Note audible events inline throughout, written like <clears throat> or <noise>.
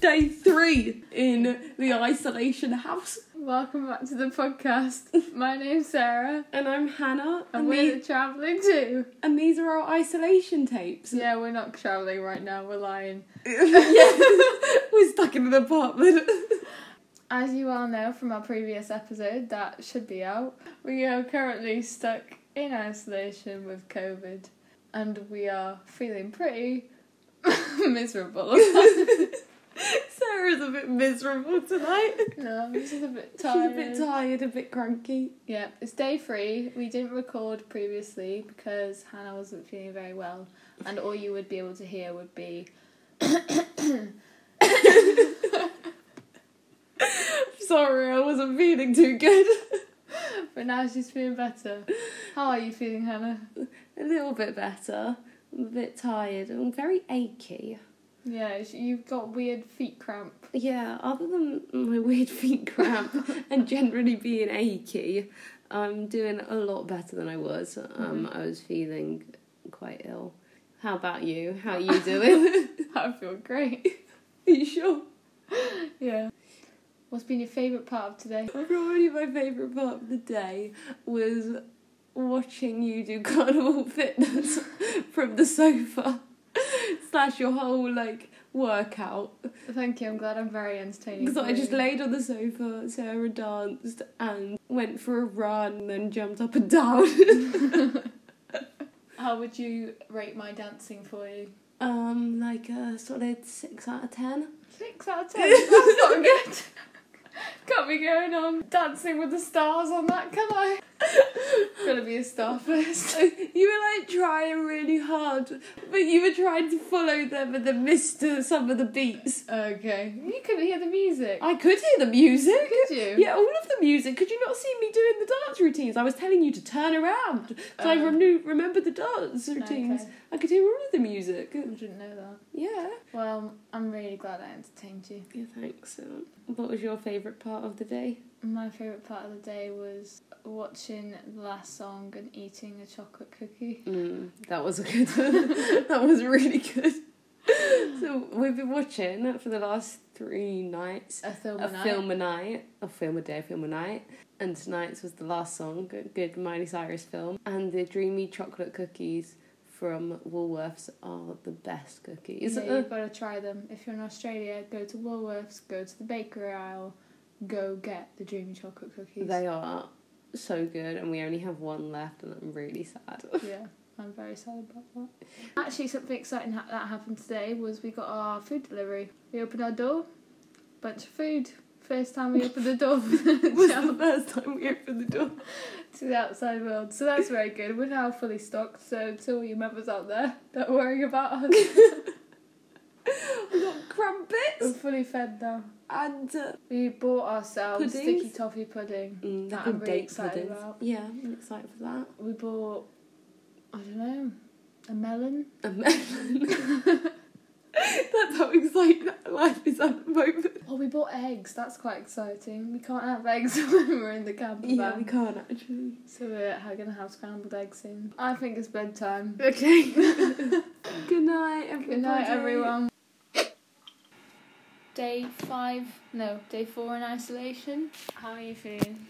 day three in the isolation house. Welcome back to the podcast. My name's Sarah, And I'm Hannah. and And, we're the, the traveling too. and these are our isolation tapes. Yeah, we're not traveling right now. We're lying. <laughs> We're stuck in an apartment. <laughs> As you all know from our previous episode, that should be out. We are currently stuck in isolation with COVID, and we are feeling pretty <laughs> miserable. <laughs> Sarah's a bit miserable tonight. no, this is a bit <laughs> She's a tired. bit tired, a bit cranky. Yeah, it's day three. We didn't record previously because Hannah wasn't feeling very well, and all you would be able to hear would be <coughs> Sorry, I wasn't feeling too good. <laughs> But now she's feeling better. How are you feeling, Hannah? A little bit better. I'm a bit tired. I'm very achy. Yeah, sh- you've got weird feet cramp. <laughs> Yeah, other than my <laughs> weird feet cramp and generally being achy, I'm doing a lot better than I was. Um, I was feeling quite ill. How about you? How are you doing? I feel great. <laughs> are you sure? Yeah. What's been your favourite part of today? Probably my favourite part of the day was watching you do <laughs> carnival fitness <laughs> from the sofa <laughs> slash your whole like workout Thank you. I'm glad I'm very entertaining. Because for I just you. laid on the sofa, Sarah danced and went for a run, and then jumped up and <laughs> down. How would you rate my dancing for you? um, like a solid six out of ten. Six out of ten. That's not good. <laughs> Can't be going on dancing with the stars on that, can I? <laughs> Gonna be a star first. <laughs> you were like trying really hard, but you were trying to follow them and then missed uh, some of the beats. Okay. You couldn't hear the music. I could hear the music. Could you? Yeah, all of the music. Could you not see me doing the dance routines? I was telling you to turn around because I Oh. rem- remembered the dance routines. Okay. I could hear all of the music. I didn't know that. Yeah. Well, I'm really glad I entertained you. Yeah, thanks. Um, what was your favourite part of the day? My favourite part of the day was watching the last song and eating a chocolate cookie. Mm, that was a good. <laughs> that was really good. So we've been watching for the last three nights A film a and I- film a night, a film a day, a film a night, and tonight's was the last song, a good Miley Cyrus film, and the dreamy chocolate cookies from Woolworths are the best cookies. Uh, yeah, you've got to try them. If you're in Australia, go to Woolworths, go to the bakery aisle, go get the dreamy chocolate cookies. they are so good, and we only have one left, and I'm really <laughs> sad. yeah, I'm very sad about that. Actually, something exciting ha- that happened today was we got our food delivery. We opened our door, bunch of food. First time we opened the door <laughs> it was the first time we opened the door. to the outside world, so that's very good. We're now fully stocked, so to all you members out there, <laughs> don't worry about us. We got crumpets We're fully fed now. and uh, We bought ourselves Puddings? sticky toffee pudding. That mm, they're I'm called really date excited puddings. about. Yeah, I'm excited for that. We bought, I don't know, a melon. A melon. <laughs> That's how excited life is at the moment. Oh, we bought eggs. That's quite exciting. We can't have eggs <laughs> when we're in the camper Yeah, van. we can't actually. So we're ha- gonna have scrambled eggs soon. I think it's bedtime. Okay. <laughs> Good night, everybody. Good night, everyone. Day five, no, day four in isolation. How are you feeling?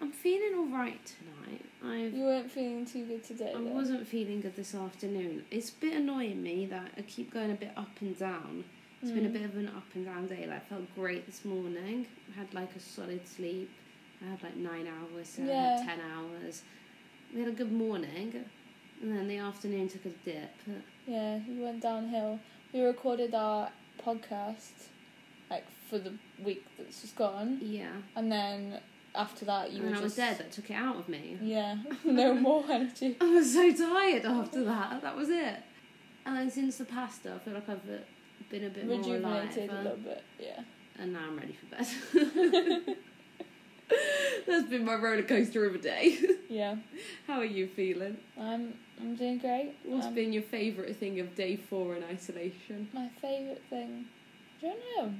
I'm feeling all right tonight. I've You weren't feeling too good today. I though. wasn't feeling good this afternoon. It's a bit annoying me that I keep going a bit up and down. It's been a Mm. bit of an up and down day. Like felt great this morning. I had like a solid sleep. I had like nine hours, so I Yeah. had ten hours. We had a good morning, and then the afternoon took a dip. Yeah, we went downhill. We recorded our podcast like for the week that's just gone, Yeah, and then after that you and were I just was dead. That took it out of me. <laughs> Yeah, <laughs> no more <laughs> energy. I was so tired after that. That was it. And then since the pasta, I feel like I've uh, been a bit more alive. Rejuvenated a uh, little bit. Yeah. and now I'm ready for bed. <laughs> That's been my roller coaster of a day. <laughs> Yeah. How are you feeling? I'm I'm doing great. What's Um, been your favourite thing of day four in isolation? My favourite thing, I don't know.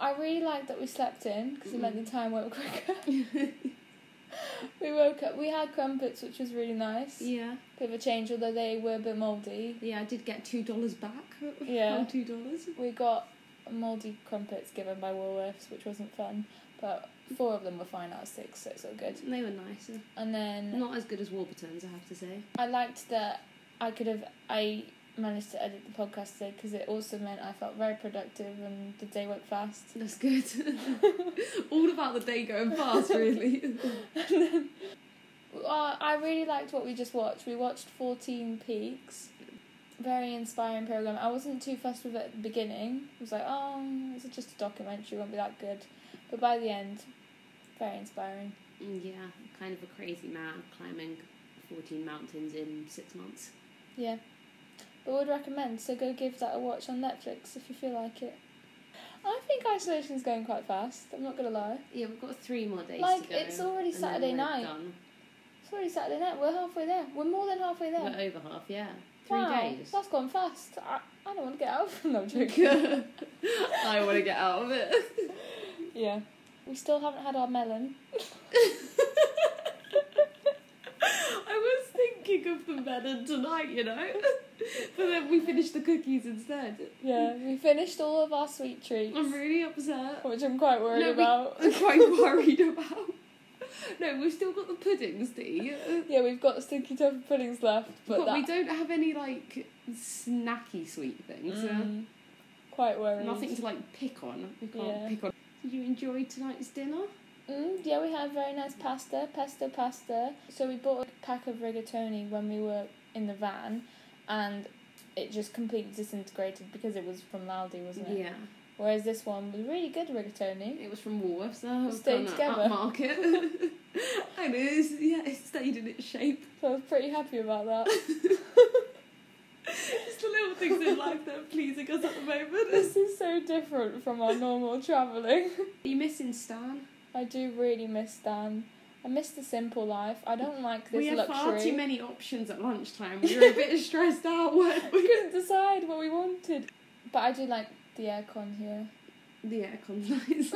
I really liked that we slept in because it Mm. meant the time went quicker. <laughs> we woke up. We had crumpets, which was really nice. Yeah, Bit of a change, although they were a bit mouldy. yeah, I did get two dollars back. <laughs> Yeah. two dollars. We got mouldy crumpets given by Woolworths, which wasn't fun, but four of them were fine out of six, so it's all good. They were nice. And then Not as good as Warburton's, I have to say. I liked that I could have I managed to edit the podcast today because it also meant I felt very productive and the day went fast. That's good. <laughs> All about the day going <laughs> fast, really. Uh, I really liked what we just watched. We watched 14 Peaks. Very inspiring program. I wasn't too fussed with it at the beginning. I was like, oh, it's just a documentary, won't be that good. But by the end, very inspiring. Mm, yeah, kind of a crazy man climbing 14 mountains in six months. Yeah. But would recommend, so go give that a watch on Netflix if you feel like it. I think isolation's going quite fast, I'm not gonna lie. Yeah, we've got three more days to Like, go. it's already and then Saturday we're night. done. It's already Saturday night, we're halfway there. We're more than halfway there. We're over half, yeah. Three wow, days. That's <laughs> gone fast. I, I don't want to get out. <laughs> no, I'm joking. <laughs> I want to get out of it. Yeah. We still haven't had our melon. <laughs> I was thinking of the melon tonight, you know? <laughs> But then we finished the cookies instead. Yeah. We finished all of our sweet treats, I'm really upset. which I'm quite worried No, <laughs> we- about. I'm <laughs> quite worried about. <laughs> No, we've still got the puddings to eat. Yeah, we've got stinky toffee puddings left, but, But, that, we don't have any, like, snacky sweet things. uh, Mm, quite worried. nothing to, like, pick on. We can't Mm. Yeah. pick on. Did you enjoy tonight's dinner? Mm, yeah, we had very nice pasta, pesto pasta. So we bought a pack of rigatoni when we were in the van, and it just completely disintegrated because it was from Laldi, wasn't it? Yeah. Whereas this one was really good rigatoni. It was from Woolworths. Uh, Stayed together. Market. <laughs> and it is, yeah, it stayed in its shape. So I was pretty happy about that. <laughs> <laughs> It's the little things in life that are pleasing us at the moment. this is so different from our normal travelling. Are you missing Stan? I do really miss Dan. I miss the simple life. I don't like this we had far <laughs> too luxury. many options at lunchtime. We were a <laughs> bit stressed out. weren't we we? couldn't decide what we wanted. But I do like the aircon here The aircon's <laughs> nice.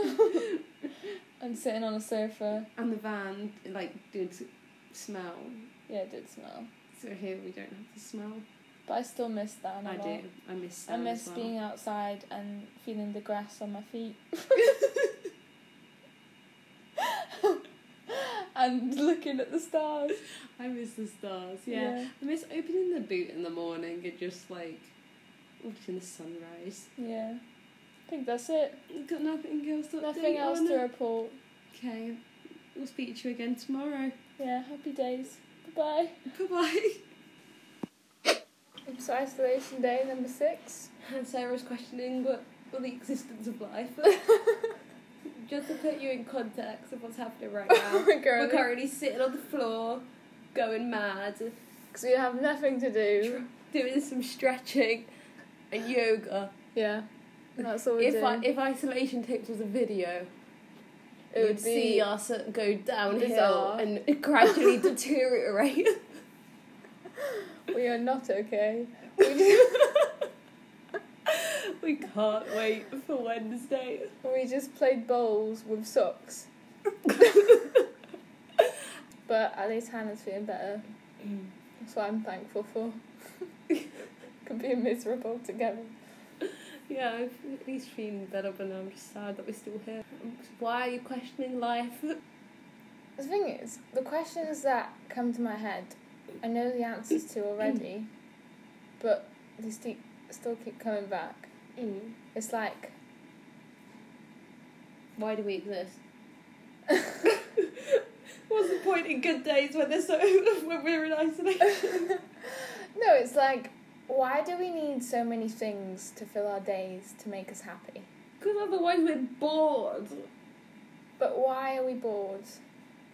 and sitting on a sofa. and the van, like, did smell. Yeah, it did smell. So here we don't have the smell. But I still miss Dan. a I lot. do. I miss I Stan. miss as well. being outside and feeling the grass on my <laughs> feet. <laughs> and looking at the stars. I miss the stars, yeah. Yeah. I miss opening the boot in the morning and just like watching the sunrise. Yeah. I think that's it. Got nothing else to Nothing update else on. to report. Okay, we'll speak to you again tomorrow. Yeah, happy days. Bye Bye bye. bye. So isolation day number six. And Sarah's questioning what, what the existence of life. <laughs> just to put you in context of what's <laughs> happening right now, we're currently sitting on the floor, going mad, Because we have nothing to do. doing some stretching and yoga. Yeah. That's all we If do. I, if isolation tapes was a video, it would be. see us go downhill bizarre. and <laughs> gradually deteriorate. <laughs> We are not okay. we can't wait for Wednesday. <laughs> We just played bowls with <laughs> socks. but at least Hannah's feeling better. Mm. That's what I'm thankful for. <laughs> Could be miserable together. Yeah, I've at least feeling better, but I'm just sad that we're still here. Why are you questioning life? The thing is, the questions that come to my head, I know the answers to already, but they sti- still keep coming back. Mm. It's like, Why do we exist? <laughs> What's the point in good days when there's so <laughs> when we're in <laughs> isolation? No, it's like, why do we need so many things to fill our days to make us happy? Because otherwise we're bored. But why are we bored?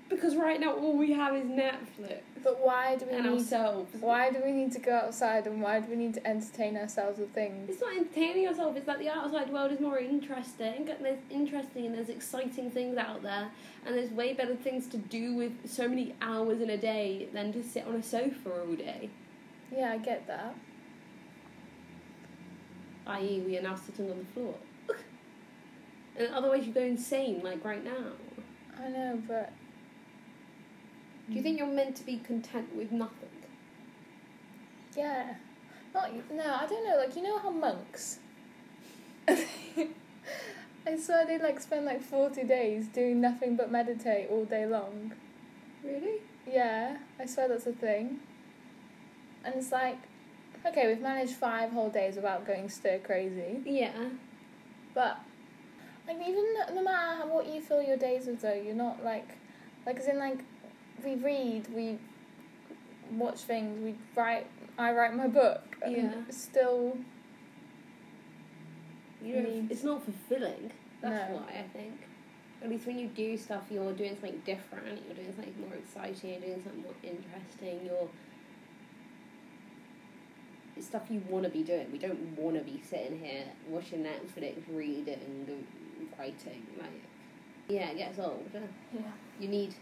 Because right now all we have is Netflix But why do we and need? ourselves. Why do we need to go outside and why do we need to entertain ourselves with things? It's not entertaining yourself, it's that the outside world is more interesting and there's interesting and there's exciting things out there and there's way better things to do with so many hours in a day than to sit on a sofa all day. Yeah, I get that. I.e. we are now sitting on the floor. and otherwise you go insane like right now. I know, but Do you think you're meant to be content with nothing? yeah, not no. <laughs> I don't know. Like you know how monks, they swear they like spend like forty days doing nothing but meditate all day long. Really? Yeah, I swear that's a thing. And it's like, okay, we've managed five whole days without going stir crazy, Yeah. but like even no- no matter how, what you fill your days with, though, you're not like, like as in like, we read, we watch things, we write. I write my book. and Yeah. it's Still. You don't, Means- It's not fulfilling. That's No. why Mm. I think. At least when you do stuff, you're doing something different. You're doing something more exciting. You're doing something more interesting. You're it's stuff you want to be doing. We don't want to be sitting here watching Netflix, reading, writing. Like, yeah, it gets old. Yeah. You need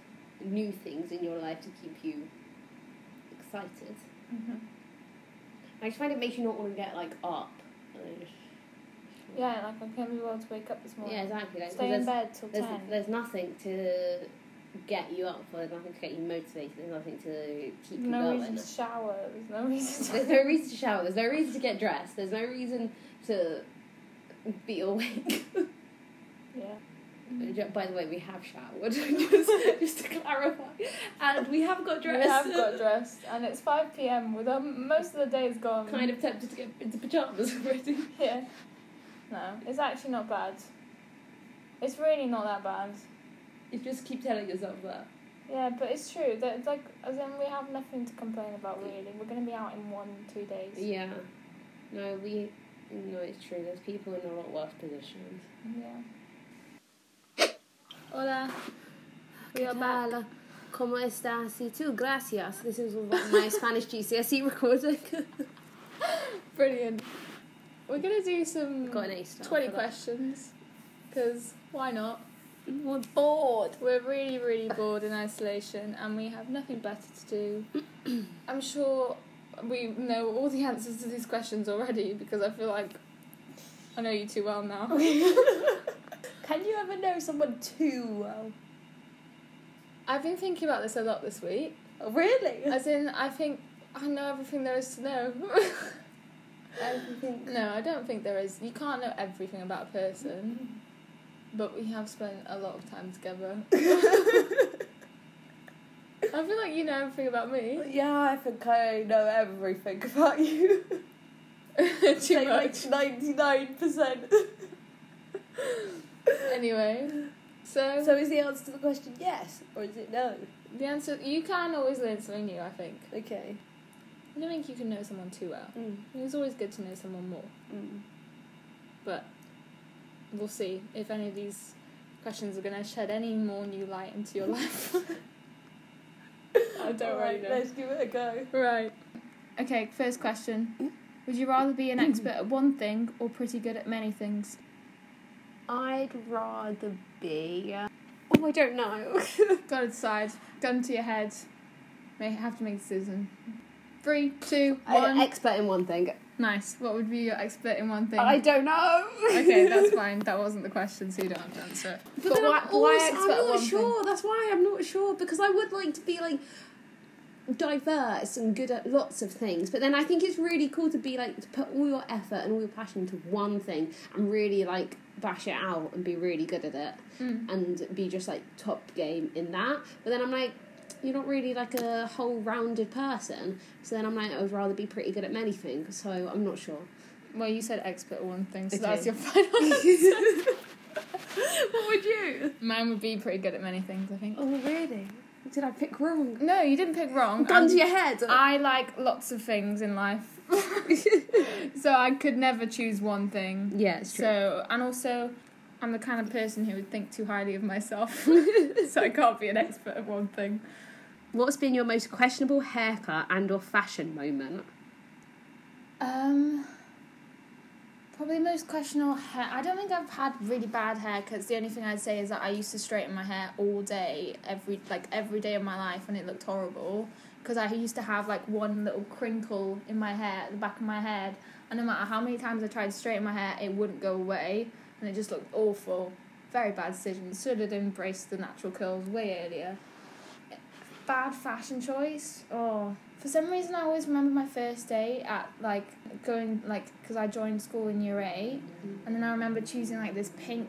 new things in your life to keep you excited. Mm-hmm. I just find it makes you not want to get like up. Yeah, like I can't be well to wake up this morning. Yeah, exactly. Like, 'cause Stay in there's- bed till There's, ten. there's nothing to get you up for, there's nothing to get you motivated, there's nothing to keep you no going. <laughs> reason to shower. There's no reason. There's To... no reason to shower, there's no reason to get dressed, there's no reason to be awake. <laughs> yeah. Ju- By the way, we have showered, <laughs> just, just to clarify. And we have got dressed. We have got dressed, and it's five p.m. With um, most of the day is gone. <laughs> Kind of tempted to get into pyjamas <laughs> already. <laughs> Yeah. No, it's actually not bad. It's really not that bad. You just keep telling yourself that. Yeah, but it's true. That it's like, as in, we have nothing to complain about really. We're gonna be out in one, two days. Yeah. No, we. No, it's true, there's people in a lot worse positions. Yeah. Hola. We are back. Hola, ¿cómo estás? Y tú, gracias. This is what my Spanish GCSE E <laughs> recording. Mm, Brilliant. We're gonna do some Got an A star. twenty for that. questions, because why not? We're bored. We're really, really bored in isolation and we have nothing better to do. <clears throat> I'm sure we know all the answers to these questions already because I feel like I know you too well now. Can you ever know someone too well? I've been thinking about this a lot this week. Oh, Really? As in, I think I know everything there is to know. <laughs> Everything. no, I don't think there is. You can't know everything about a person, but we have spent a lot of time <laughs> together. I feel like you know everything about me. Yeah, I think I know everything about you. <laughs> too Like, much. Like ninety nine percent. Anyway, so, So is the answer to the question yes or is it no? the answer you can always learn something new. I think. Okay. I don't think you can know someone too well. Mm. It was always good to know someone more, Mm. but we'll see if any of these questions are going to shed any more new light into your life. I don't Alright, really know. Let's give it a go. Right. Okay. First question: Would you rather be an expert at one thing or pretty good at many things? I'd rather be. Oh, I don't know. <laughs> Gotta decide. Gun to your head. May have to make a decision. Three, two, An one. expert in one thing. nice. What would be your expert in one thing? I don't know. Okay, that's fine. That wasn't the question, so you don't have to answer it. <laughs> But, then I'm, always, I'm not sure. That's why I'm not sure because I would like to be like diverse and good at lots of things. But then I think it's really cool to be like to put all your effort and all your passion into one thing and really like bash it out and be really good at it Mm. and be just like top game in that. But then I'm like. You're not really like a whole rounded person, so then I'm like, I would rather be pretty good at many things, so I'm not sure. Well, you said expert at one thing, so Okay. that's your final <laughs> answer. what would you? Mine would be pretty good at many things, I think. <laughs> Oh, really? Did I pick wrong? No, you didn't pick wrong. Gun And to your head! <laughs> I like lots of things in life, <laughs> so I could never choose one thing. yeah, it's true. So, and also, I'm the kind of person who would think too highly of myself, so I can't be an expert at one thing. What's been your most questionable haircut and or fashion moment? Um, probably most questionable hair. I don't think I've had really bad haircuts. The only thing I'd say is that I used to straighten my hair all day, every like every day of my life, and it looked horrible because I used to have like one little crinkle in my hair, at the back of my head, and no matter how many times I tried to straighten my hair, it wouldn't go away, and it just looked awful. Very bad decision. Should have embraced the natural curls way earlier. Bad fashion choice. Oh, for some reason, I always remember my first day at like going like because I joined school in year eight, and then I remember choosing like this pink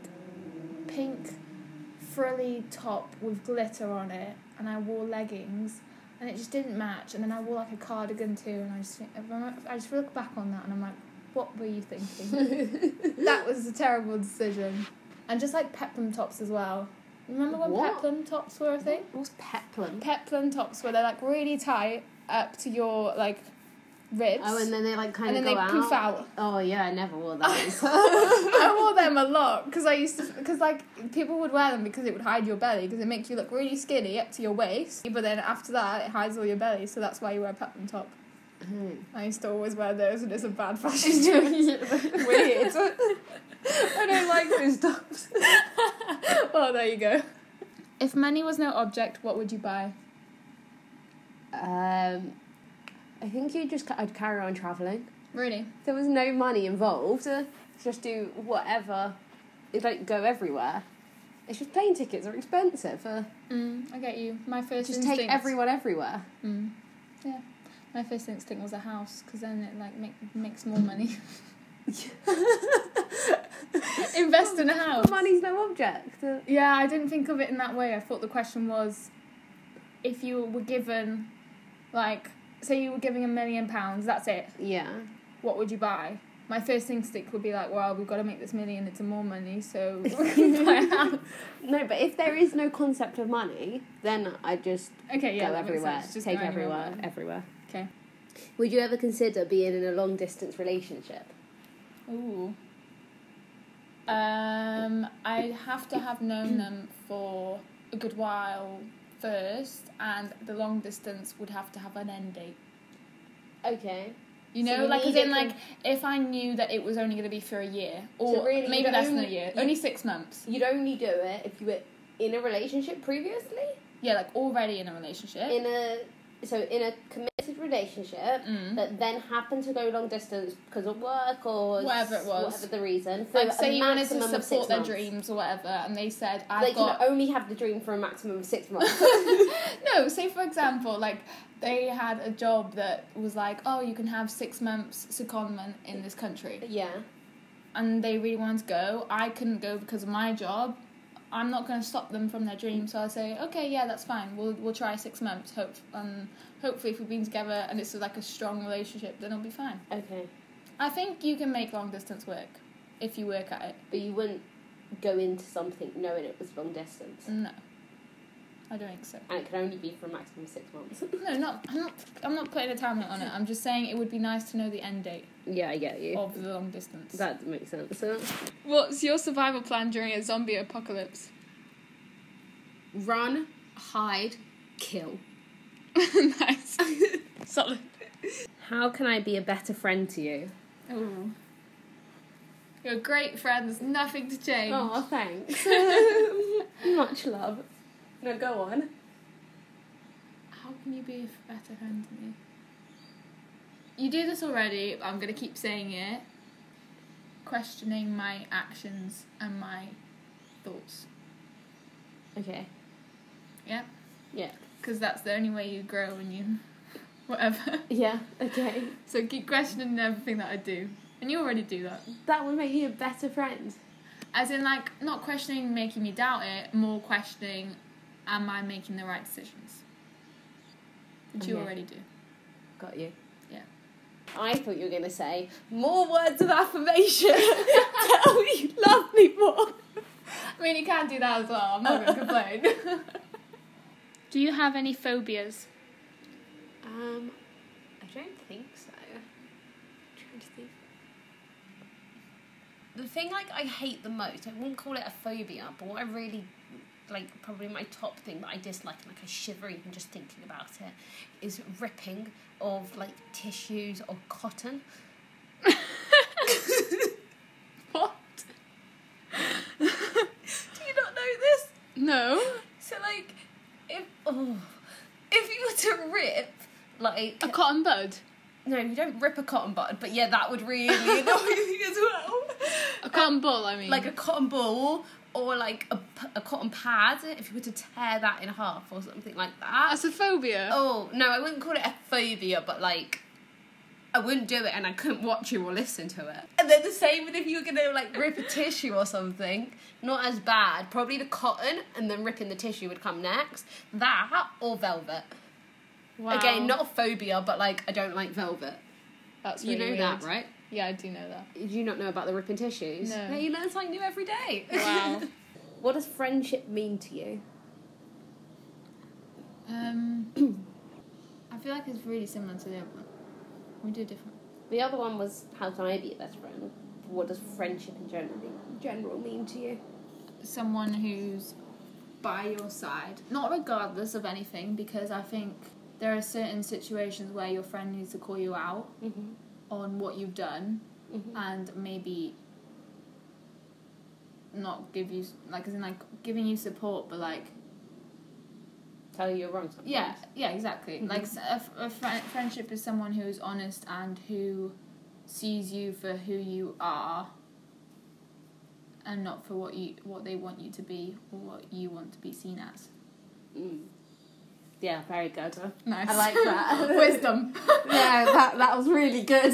pink frilly top with glitter on it, and I wore leggings, and it just didn't match. And then I wore like a cardigan too, and I just think, I remember- I just look back on that, and I'm like, what were you thinking? that was a terrible decision. And just like peplum tops as well. Remember when What? peplum tops were a thing? What's peplum? Peplum tops where they're like really tight up to your like ribs. Oh, and then they like kind and of then go they poof out. <laughs> Oh yeah, I never <laughs> wore those. Hmm. I wore them a lot because I used to because like people would wear them because it would hide your belly because it makes you look really skinny up to your waist. But then after that, it hides all your belly, so that's why you wear a pattern top. I used to always wear those, and it's a bad fashion <laughs> choice. Weird. I don't like <laughs> those tops. Oh, well, there you go. If money was no object, what would you buy? um, I think you just I'd carry on traveling. Really? There was no money involved. uh, Just do whatever. It like go everywhere. It's just plane tickets are expensive. Uh, Mm, I get you. My first just instinct. take everyone <laughs> everywhere. Mm. Yeah. My first instinct was a house because then it like make, makes more money. <laughs> Invest in a house. <laughs> Money's no object. uh, Yeah, I didn't think of it in that way. I thought the question was if you were given, like, say you were giving a million pounds, that's it, yeah. what would you buy? My first instinct would be like, well, we've got to make this million into more money, so <laughs> we can buy <laughs> a house. No, but if there is no concept of money, then I just Okay, yeah, go that makes everywhere, sense. Just take go everywhere, anywhere. everywhere. Okay. Would you ever consider being in a long distance relationship? Ooh. Um, I'd have to have known them for a good while first, and the long distance would have to have an end date. Okay. You So know, you like as need in, it like if I knew that it was only going to be for a year, or So really you maybe don't less than a only- year, you- only six months. You'd only do it if you were in a relationship previously. Yeah, like already in a relationship. In a so in a committed relationship Mm. that then happened to go long distance because of work or s- Whatever it was. whatever the reason. For like a say you wanted to maximum of support six their months. dreams or whatever, and they said, "I've They got." can only have the dream for a maximum of <laughs> six months. No, say for example, like they had a job that was like, oh, you can have six months secondment in this country, yeah. and they really wanted to go. I couldn't go because of my job. I'm not going to stop them from their dream, so I say, okay, yeah, that's fine. We'll we'll try six months. Hope um, hopefully, if we've been together and it's like a strong relationship, then it'll be fine. Okay. I think you can make long distance work if you work at it. But you wouldn't go into something knowing it was long distance. No, I don't think so. And it can only be for a maximum of six months. No, not I'm not I'm not putting a timeline on it. I'm just saying it would be nice to know the end date. Yeah, I get you. of the long distance. That makes sense. What's your survival plan during a zombie apocalypse? <laughs> Run, hide, kill. nice. Solid. How can I be a better friend to you? Ooh. You're great friends, nothing to change. Oh, thanks. Much love. No, go on. How can you be a better friend to me? You do this already, but I'm gonna keep saying it. Questioning my actions and my thoughts. Okay. Yeah? Yeah. Because that's the only way you grow and you. <laughs> whatever. Yeah. Okay. So keep questioning everything that I do. And you already do that. That would make you a better friend. As in, like, not questioning making me doubt it, more questioning, am I making the right decisions? Which you Okay. already do. Got you. Yeah. I thought you were going to say more words of affirmation. <laughs> Tell me you love me more. I mean, you can do that as well, I'm not gonna <laughs> <laughs> complain. do you have any phobias? Um, I don't think so. I'm trying to think. The thing like I hate the most, I wouldn't call it a phobia, but what I really like probably my top thing that I dislike and like I shiver even just thinking about it is ripping of like tissues or <laughs> cotton. What? Do you not know this? No. So like if oh if you were to rip like A cotton bud? no, you don't rip a cotton bud, but yeah, that would really <laughs> annoy me as well. A cotton ball, I mean. like a cotton ball or like a, p- a cotton pad if you were to tear that in half or something like that a phobia. oh no i wouldn't call it a phobia but like I wouldn't do it and I couldn't watch you or listen to it. And then the same with if you were gonna like rip a tissue or something. Not as bad. Probably the cotton and then ripping the tissue would come next. That or velvet. Wow. Again, not a phobia, but like I don't like velvet. That's you really know weird. that, right? Yeah, I do know <laughs> that. Do you not know about the ripping tissues? No. you learn something new every day. <laughs> Wow. what does friendship mean to you? um, <clears throat> I feel like it's really similar to the other one. We do different. The other one was how can I be a best friend? What does friendship in general mean, general mean to you? someone who's by your side, not regardless of anything, because I think there are certain situations where your friend needs to call you out Mm-hmm. on what you've done and maybe not give you like as in like giving you support, but like Tell you you're wrong. Sometimes. yeah, yeah, exactly. Mhm. Like s- a, f- a fri friendship is someone who is honest and who sees you for who you are, and not for what you what they want you to be or what you want to be seen as. Mm. Yeah, very good. Huh? Nice. I like that. <laughs> Wisdom. <laughs> yeah, that that was really <laughs> good.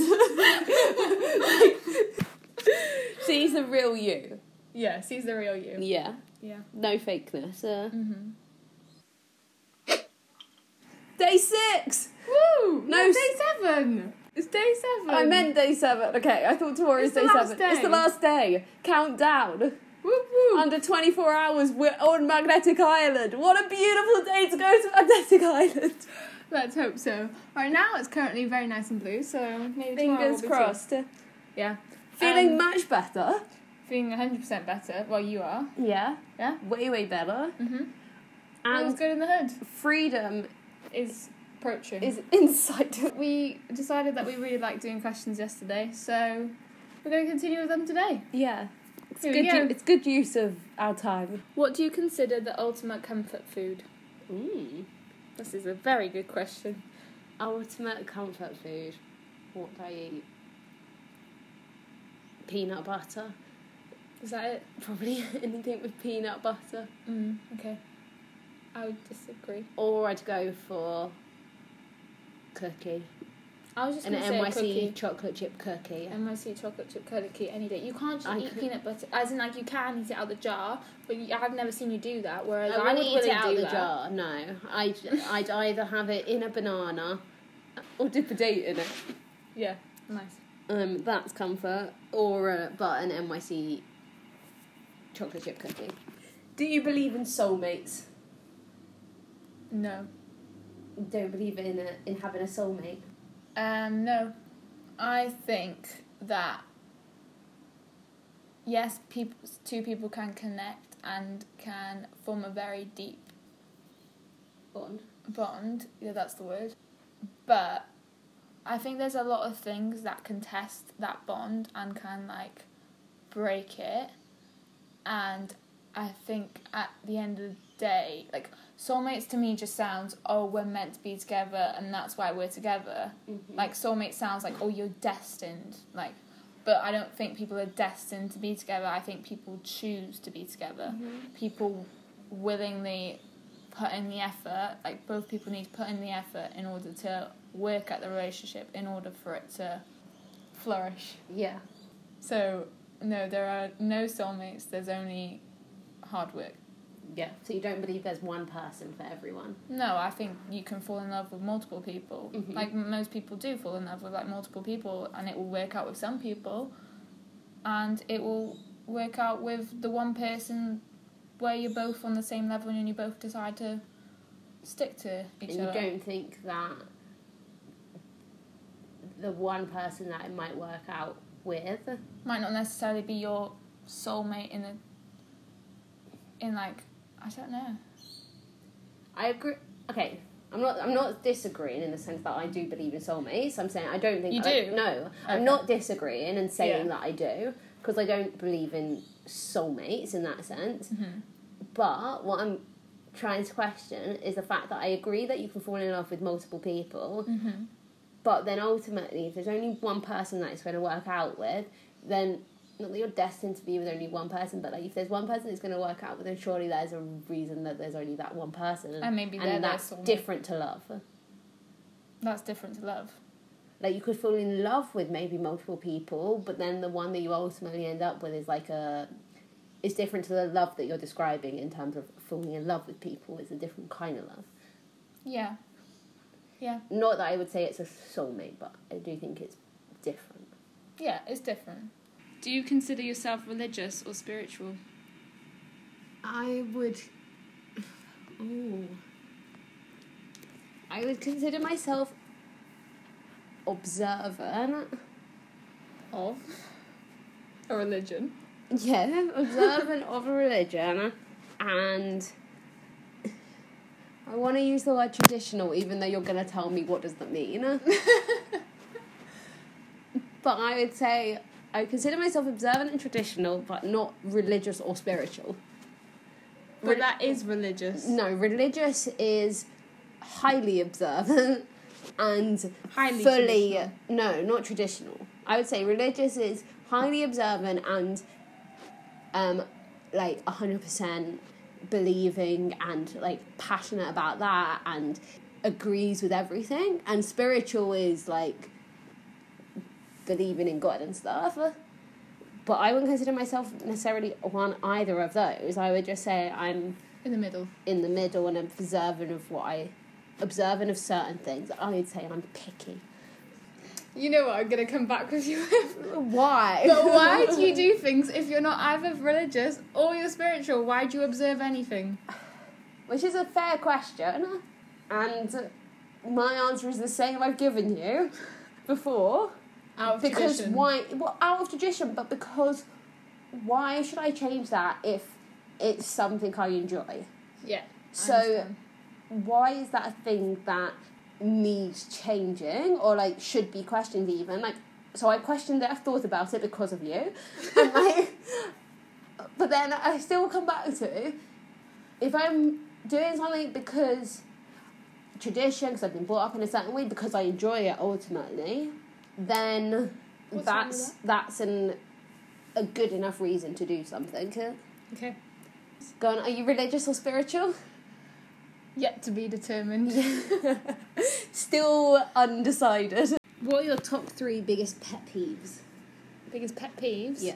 Sees the real you. Yeah, sees the real you. Yeah, Yeah. no fakeness. Uh, Mm-hmm. day six. Woo! No, No, s- day seven. It's day seven. I meant day seven. Okay, I thought tomorrow It's is day the last seven. It's day. the last day. Countdown. Woo woo. Under 24 hours, we're on Magnetic Island. What a beautiful day to go to Magnetic Island. Let's hope so. Right now, it's currently very nice and blue, so maybe tomorrow will Fingers be too. crossed. Yeah, Feeling Um, much better. feeling one hundred percent better. Well, you are. Yeah. Yeah. Way, way better. Mm-hmm. All's And good in the hood freedom is approaching. is inside. we decided that we really liked doing questions yesterday, so we're going to continue with them today. Yeah. It's Here good, we go. u- <laughs> it's good use of our time. What do you consider the ultimate comfort food? Mm. This is a very good question. Ultimate comfort food. What do I eat? Peanut butter. Is that it? <laughs> Probably anything with peanut butter. Mm, okay. I would disagree. Or I'd go for cookie. I was just An going to say a NYC cookie. chocolate chip cookie. NYC chocolate chip curly cookie any day. You can't just I eat could- peanut butter, as in like you can eat it out the jar, but you, I've never seen you do that. Whereas I I, wouldn't eat would really it out do the that. jar. No, I'd, I'd either have it in a banana or dip a date in it. Yeah, nice. Um, that's comfort. Or uh, but an NYC chocolate chip cookie. Do you believe in soulmates? No, Don't believe in a, in having a soulmate. Um, no. I think that yes, people, two people can connect and can form a very deep Bond. bond. Yeah, that's the word. But I think there's a lot of things that can test that bond and can like break it. And I think at the end of the day, like soulmates to me just sounds oh we're meant to be together and that's why we're together. Like soulmate sounds like oh you're destined like. But I don't think people are destined to be together. I think people choose to be together mm-hmm. people willingly put in the effort like both people need to put in the effort in order to work at the relationship in order for it to flourish Yeah. so no there are no soulmates there's only hard work Yeah. So you don't believe there's one person for everyone. no i think you can fall in love with multiple people Mhm. like most people do fall in love with like multiple people and it will work out with some people and it will work out with the one person where you're both on the same level and you both decide to stick to each and you other don't think that the one person that it might work out with. might not necessarily be your soulmate in the in like I don't know. I agree. Okay, I'm not. I'm not disagreeing in the sense that I do believe in soulmates. I'm saying I don't think You I- do? No, I'm Okay. not disagreeing and saying Yeah. that I do because I don't believe in soulmates in that sense. Mhm. But what I'm trying to question is the fact that I agree that you can fall in love with multiple people, Mhm. but then ultimately, if there's only one person that it's going to work out with, then not that you're destined to be with only one person, but like if there's one person it's going to work out with, then surely there's a reason that there's only that one person And maybe they're and their that's soulmate. different to love. That's different to love. like you could fall in love with maybe multiple people, but then the one that you ultimately end up with is like a is different to the love that you're describing in terms of falling in love with people. It's a different kind of love. Yeah. Not that I would say it's a soulmate, but I do think it's different. Yeah, it's different. Do you consider yourself religious or spiritual? I would. Oh. I would consider myself observant. Of a religion. Yeah, observant of a religion, and I want to use the word traditional, even though you're going to tell me what does that mean. but I would say I consider myself observant and traditional, but not religious or spiritual. But that is religious. No, religious is highly observant and Highly fully traditional. no, not traditional. I would say religious is highly observant and um like 100% believing and like passionate about that and agrees with everything and spiritual is like believing in God and stuff. But I wouldn't consider myself necessarily one either of those. I would just say I'm In the middle. in the middle and observant of what I observant of certain things. I would say I'm picky. You know what I'm going to come back with you <laughs> with? Why? <laughs> But why do you do things if you're not either religious or you're spiritual? Why do you observe anything? Which is a fair question, and my answer is the same I've given you before. Out of because tradition. why? Well, out of tradition, but because why should I change that if it's something I enjoy? Yeah. I So. understand. why is that a thing that needs changing or like should be questioned even like so i questioned it i've thought about it because of you <laughs> and like but then i still come back to if i'm doing something because tradition because i've been brought up in a certain way because i enjoy it ultimately then What's wrong with that's that's an a good enough reason to do something Okay. go on are you religious or spiritual Yet to be determined. <laughs> Still undecided. What are your top three biggest pet peeves? Biggest pet peeves. Yeah.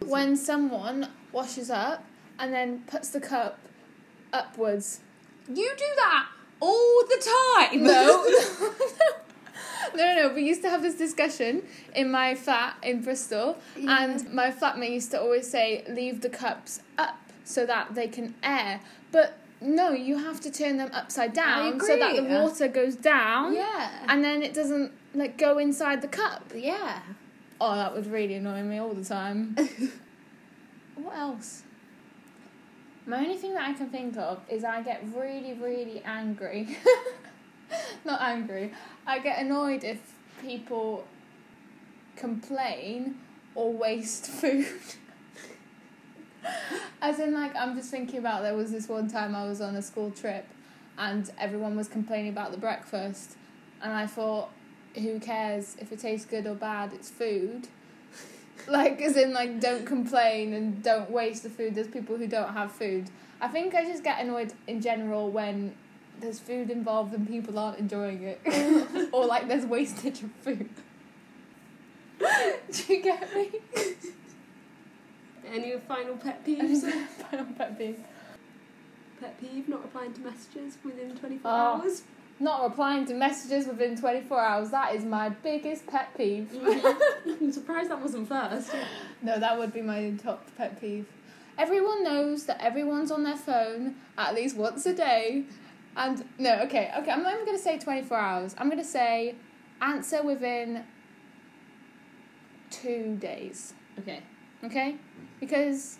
When someone washes up and then puts the cup upwards. You do that all the <laughs> time. No. <laughs> No, no, no. We used to have this discussion in my flat in Bristol, and my flatmate used to always say, "Leave the cups up so that they can air." But no, you have to turn them upside down so that the agree. water goes down, Yeah. and then it doesn't like go inside the cup. Yeah. Oh, that would really annoy me all the time. what else? My only thing that I can think of is I get really, really angry. <laughs> Not angry. I get annoyed if people complain or waste <laughs> food. As in, like, I'm just thinking about there was this one time I was on a school trip and everyone was complaining about the breakfast, and I thought, who cares if it tastes good or bad? It's food. <laughs> like, as in, like, don't complain and don't waste the food. There's people who don't have food. I think I just get annoyed in general when there's food involved and people aren't enjoying it, <laughs> or like there's wastage of food. <laughs> Do you get me? Any final pet peeves? Pet peeve. pet peeve, not replying to messages within 24 Oh. hours. Not replying to messages within 24 hours. That is my biggest pet peeve. I'm surprised that wasn't first. No, that would be my top pet peeve. Everyone knows that everyone's on their phone at least once a day. And no, okay, okay, I'm not even going to say 24 hours. I'm going to say answer within two days. Okay. Okay? Because,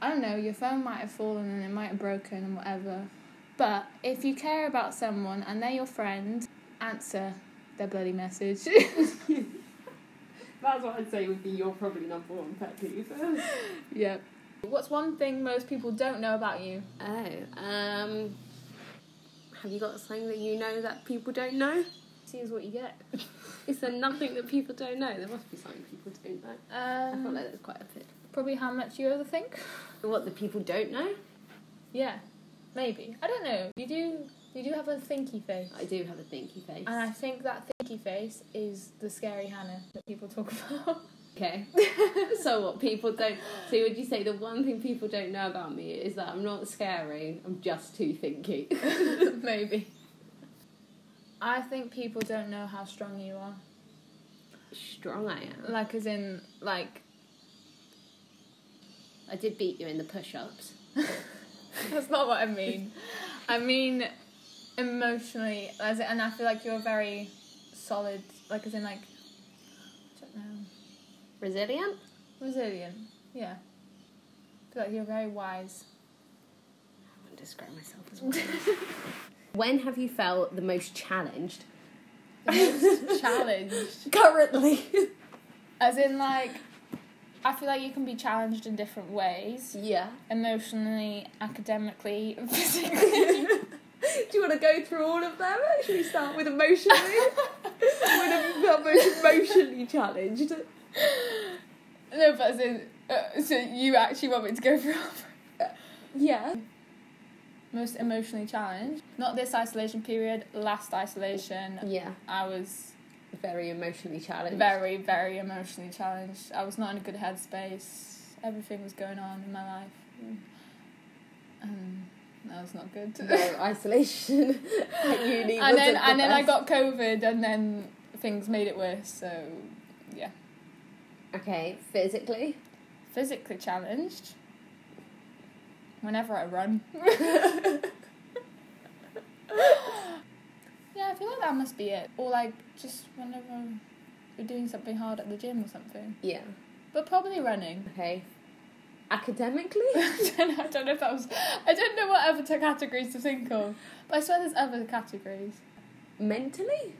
I don't know, your phone might have fallen and it might have broken and whatever. But if you care about someone and they're your friend, answer their bloody message. <laughs> That's what I'd say would be your probably number one pet <laughs> peeve. yep. What's one thing most people don't know about you? Oh. Um. Have you got something that you know that people don't know? Seems what you get. Is there nothing that people don't know? There must be something people don't know. I feel Um, like that's quite a bit. probably how much you overthink. What the people don't know? Yeah, maybe. I don't know. You do You do have a thinky face. I do have a thinky face. And I think that thinky face is the scary Hannah that people talk <laughs> about. Okay. <laughs> so what people don't so would you say the one thing people don't know about me is that I'm not scary, I'm just too thinky. Maybe. I think people don't know how strong you are. Strong I am. Like, as in, like, <laughs> I did beat you in the push ups. that's not what I mean. I mean, emotionally, as in, and I feel like you're very solid, like, as in, like, I don't know, Resilient? resilient. Yeah. I feel like you're very wise. I wouldn't describe myself as well. <laughs> When have you felt the most challenged? Challenged. <laughs> Currently. As in, like, I feel like you can be challenged in different ways Yeah. emotionally, academically, <laughs> physically. Do you want to go through all of them? Should we start with emotionally? <laughs> when have you felt most emotionally challenged? no, but as in, uh, so you actually want me to go through all of Yeah. <laughs> most emotionally challenged. Not this isolation period, last isolation. Yeah. I was Very emotionally challenged. very, very emotionally challenged. I was not in a good headspace. Everything was going on in my life. And that was not good. no <laughs> isolation <laughs> at uni. and then wasn't the and then I got best. COVID, and then things made it worse. So yeah, Okay, physically. physically challenged. Whenever I run. <laughs> yeah, I feel like that must be it. Or like just whenever we're doing something hard at the gym or something. Yeah. But probably running. Okay. Academically? I don't know- <laughs> I don't know if that was. I don't know what other t- categories to think of. But I swear there's other categories. Mentally?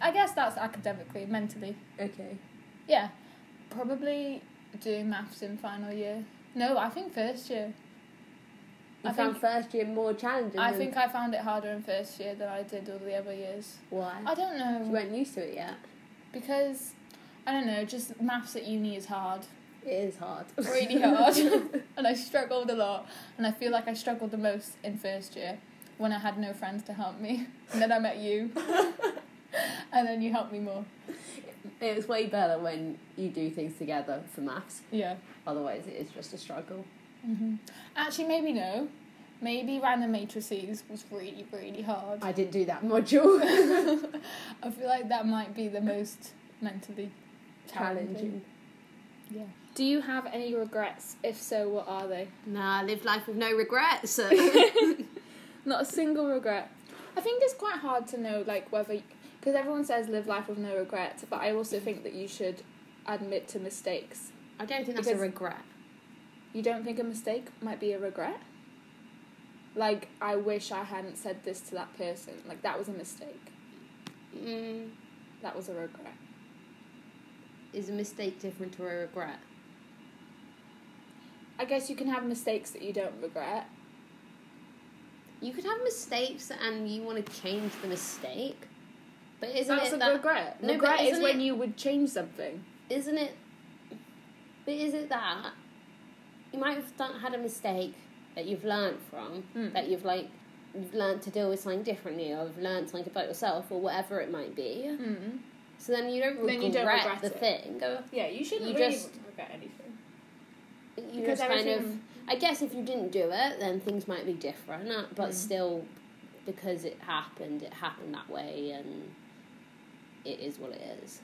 I guess that's academically, mentally. Okay. Yeah, probably doing maths in final year. No, I think first year. You I found think- first year more challenging. I than- think I found it harder in first year than I did all the other years. Why? I don't You know weren't used to it yet. because I don't know. Just maths at uni is hard, It is hard. really <laughs> hard, <laughs> <laughs> and I struggled a lot. And I feel like I struggled the most in first year when I had no friends to help me. <laughs> And then I met you, and then you helped me more. It's way better when you do things together for maths. Yeah. Otherwise, it is just a struggle. hmm Actually, maybe no. Maybe random matrices was really, really hard. <laughs> I didn't do that module. I feel like that might be the most mentally challenging. Challenging. Yeah. Do you have any regrets? If so, what are they? Nah, I live life with no regrets. <laughs> Not a single regret. I think it's quite hard to know, like, whether. Because everyone says live life with no regrets, but I also think that you should admit to mistakes. I don't think that's a Because- regret. You don't think a mistake might be a regret? Like, I wish I hadn't said this to that person. Like, that was a mistake. Mm, That was a regret. is a mistake different to a regret? I guess you can have mistakes that you don't regret. You could have mistakes and you want to change the mistake, but isn't That's it a that regret. No, but regret is isn't when it- you would change something. not it? But is it that you might have done, had a mistake that you've learned from Mm. that you've like you've learned to deal with something differently or you've learned something about yourself or whatever it might be. Mm. So then you don't regret, Then you don't regret the it. thing. Yeah, you shouldn't You really just- regret anything. You just kind of I guess if you didn't do it, then things might be different. uh, But Mm. still, because it happened, it happened that way, and it is what it is.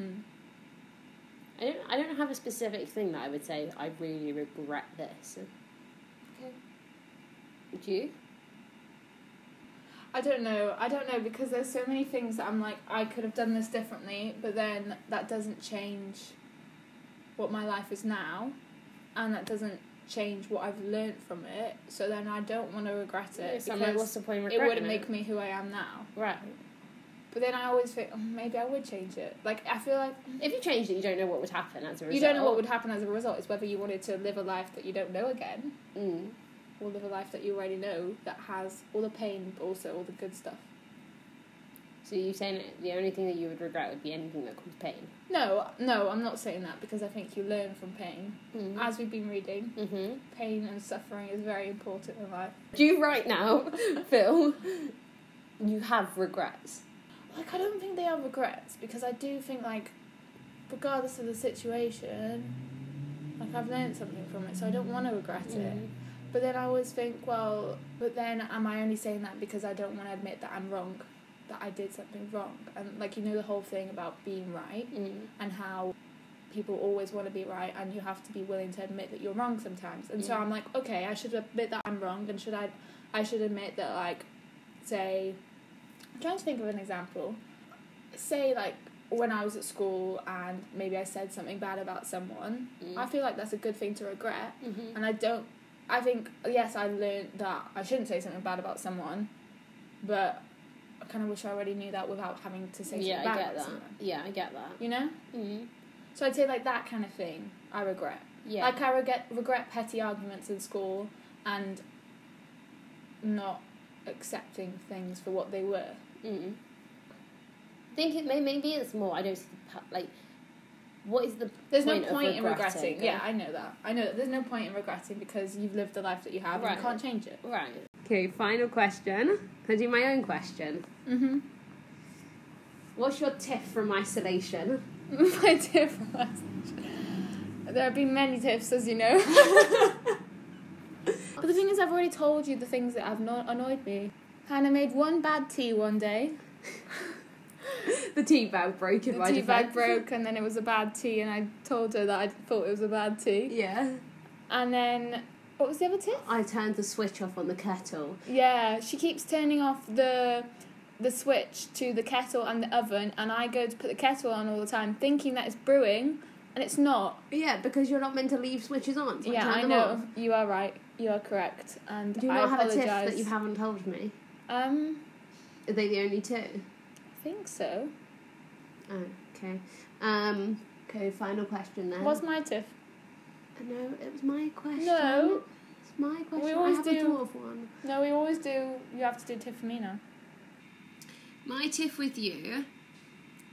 Mm. I don't. I don't have a specific thing that I would say. I really regret this. Okay. Do you? I don't know. I don't know because there's so many things that I'm like I could have done this differently, but then that doesn't change what my life is now, and that doesn't change what I've learned from it. So then I don't want to regret it It's like, what's because the point? of it regretting wouldn't make me who I am now. right. But then I always think oh, maybe I would change it. Like I feel like If you changed it, you don't know what would happen as a result. you don't know what would happen as a result. It's whether you wanted to live a life that you don't know again, Mm. or live a life that you already know that has all the pain, but also all the good stuff. So you're saying that the only thing that you would regret would be anything that caused pain. No, no, I'm not saying that because I think you learn from pain. Mm. As we've been reading, hmm pain and suffering is very important in life. <laughs> Do you right now, Phil? you have regrets. Like, I don't think they are regrets because I do think, like, regardless of the situation, like, I've learned something from it, so I don't want to regret it. But then I always think, well, but then am I only saying that because I don't want to admit that I'm wrong, that I did something wrong? And, like, you know, the whole thing about being right Mm-hmm. Mm. and how people always want to be right and you have to be willing to admit that you're wrong sometimes. And so Yeah. I'm like, okay, I should admit that I'm wrong and should I I should admit that like say I'm trying to think of an example. Say like when I was at school and maybe I said something bad about someone, Mm-hmm. Mm. I feel like that's a good thing to regret. Mhm. And I don't I think yes, I learned that I shouldn't say something bad about someone, but I kind of wish I already knew that without having to say Yeah, something bad I get about that. someone. Yeah, I get that. You know? Mm. So I'd say like that kind of thing. I regret. Yeah. Like I regret regret petty arguments in school and not accepting things for what they were. Mm. I think it may, maybe it's more. I don't see the pa- like. What is the There's Point no of point in regretting, regretting. yeah. Yeah, I know that. I know that there's no point in regretting because you've lived the life that you have and Right. you can't change it. Right. okay? Final question. Can I do my own question? Mm-hmm. <laughs> What's your tip from isolation? <laughs> My tip for last- There have been many tips, as you know. but the thing is, I've already told you the things that have not annoyed me. Hannah made one bad tea one day. The tea bag broken the by tea bag defect. <laughs> broke and then it was a bad tea and I told her that I thought it was a bad tea. Yeah. And then what was the other tip? I turned the switch off on the kettle. Yeah, she keeps turning off the the switch to the kettle and the oven and I go to put the kettle on all the time thinking that it's brewing and it's not. Yeah, because you're not meant to leave switches on. so yeah, turned I them know. off. You are right. You are correct. And Do you I not have a apologize. tip that you haven't told me? Um Are they the only two? I think so. Oh, okay. Um, okay, final question then. What's my tip? No, it was my question. No. It's my question. always I have a do- dwarf one. No, we always do you have to do tip for me <laughs> now. My tiff with you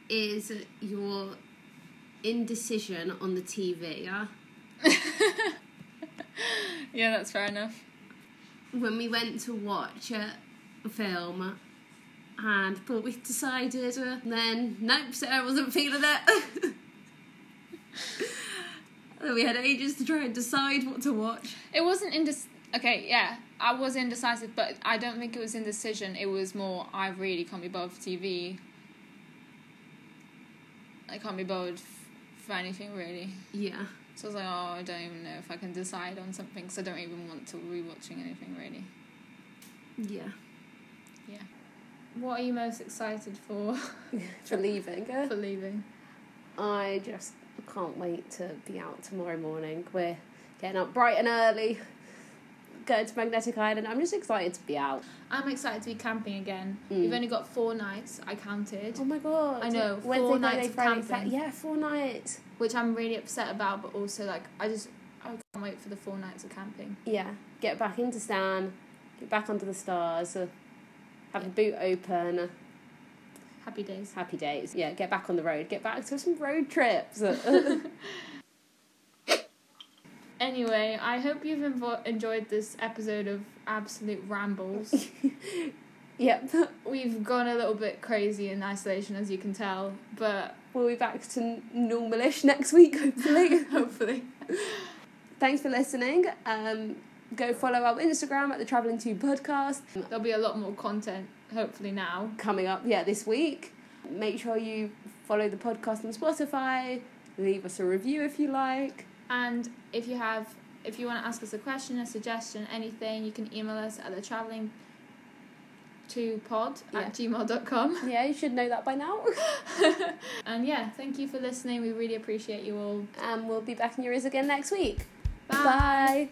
is your indecision on the TV. Yeah? Yeah, that's fair enough. When we went to watch a film and but we decided uh, then nope, Sarah wasn't feeling <laughs> it. And we had ages to try and decide what to watch. It wasn't indec. Okay, yeah, I was indecisive, but I don't think it was indecision. It was more I really can't be bothered for TV. I can't be bothered f- for anything really. <laughs> Yeah. So I was like, oh, I don't even know if I can decide on something because I don't even want to be watching anything really. Yeah. What are you most excited for For leaving. <laughs> for leaving? I just can't wait to be out tomorrow morning. We're getting up bright and early, going to Magnetic Island. I'm just excited to be out. I'm excited to be camping again. Hmm. Mm. We've only got four nights, I counted, Oh my god! I know, four nights of Friday. camping. Yeah, four nights. which I'm really upset about, but also, like, I just I can't wait for the four nights of camping. Yeah, get back into Stan, get back under the stars, uh, have the boot open. uh, Happy days. Happy days. Yeah, get back on the road. Get back to some road trips. Uh, <laughs> Anyway, I hope you've envo- enjoyed this episode of Absolute Rambles. <laughs> yep, We've gone a little bit crazy in isolation, as you can tell, but we'll be back to n- normalish next week, <laughs> hopefully. hopefully. Thanks for listening. Um, go follow our Instagram at the Traveling Two Podcast. There'll be a lot more content, hopefully, now. coming up, yeah, this week. Make sure you follow the podcast on Spotify. Leave us a review if you like. And if you have, if you want to ask us a question, a suggestion, anything, you can email us at the traveling to pod Yeah. at gmail.com. Yeah, you should know that by <laughs> now. <laughs> And yeah, thank Um, you for listening. We really appreciate you all. And we'll be back in your ears again next week. Bye. Bye.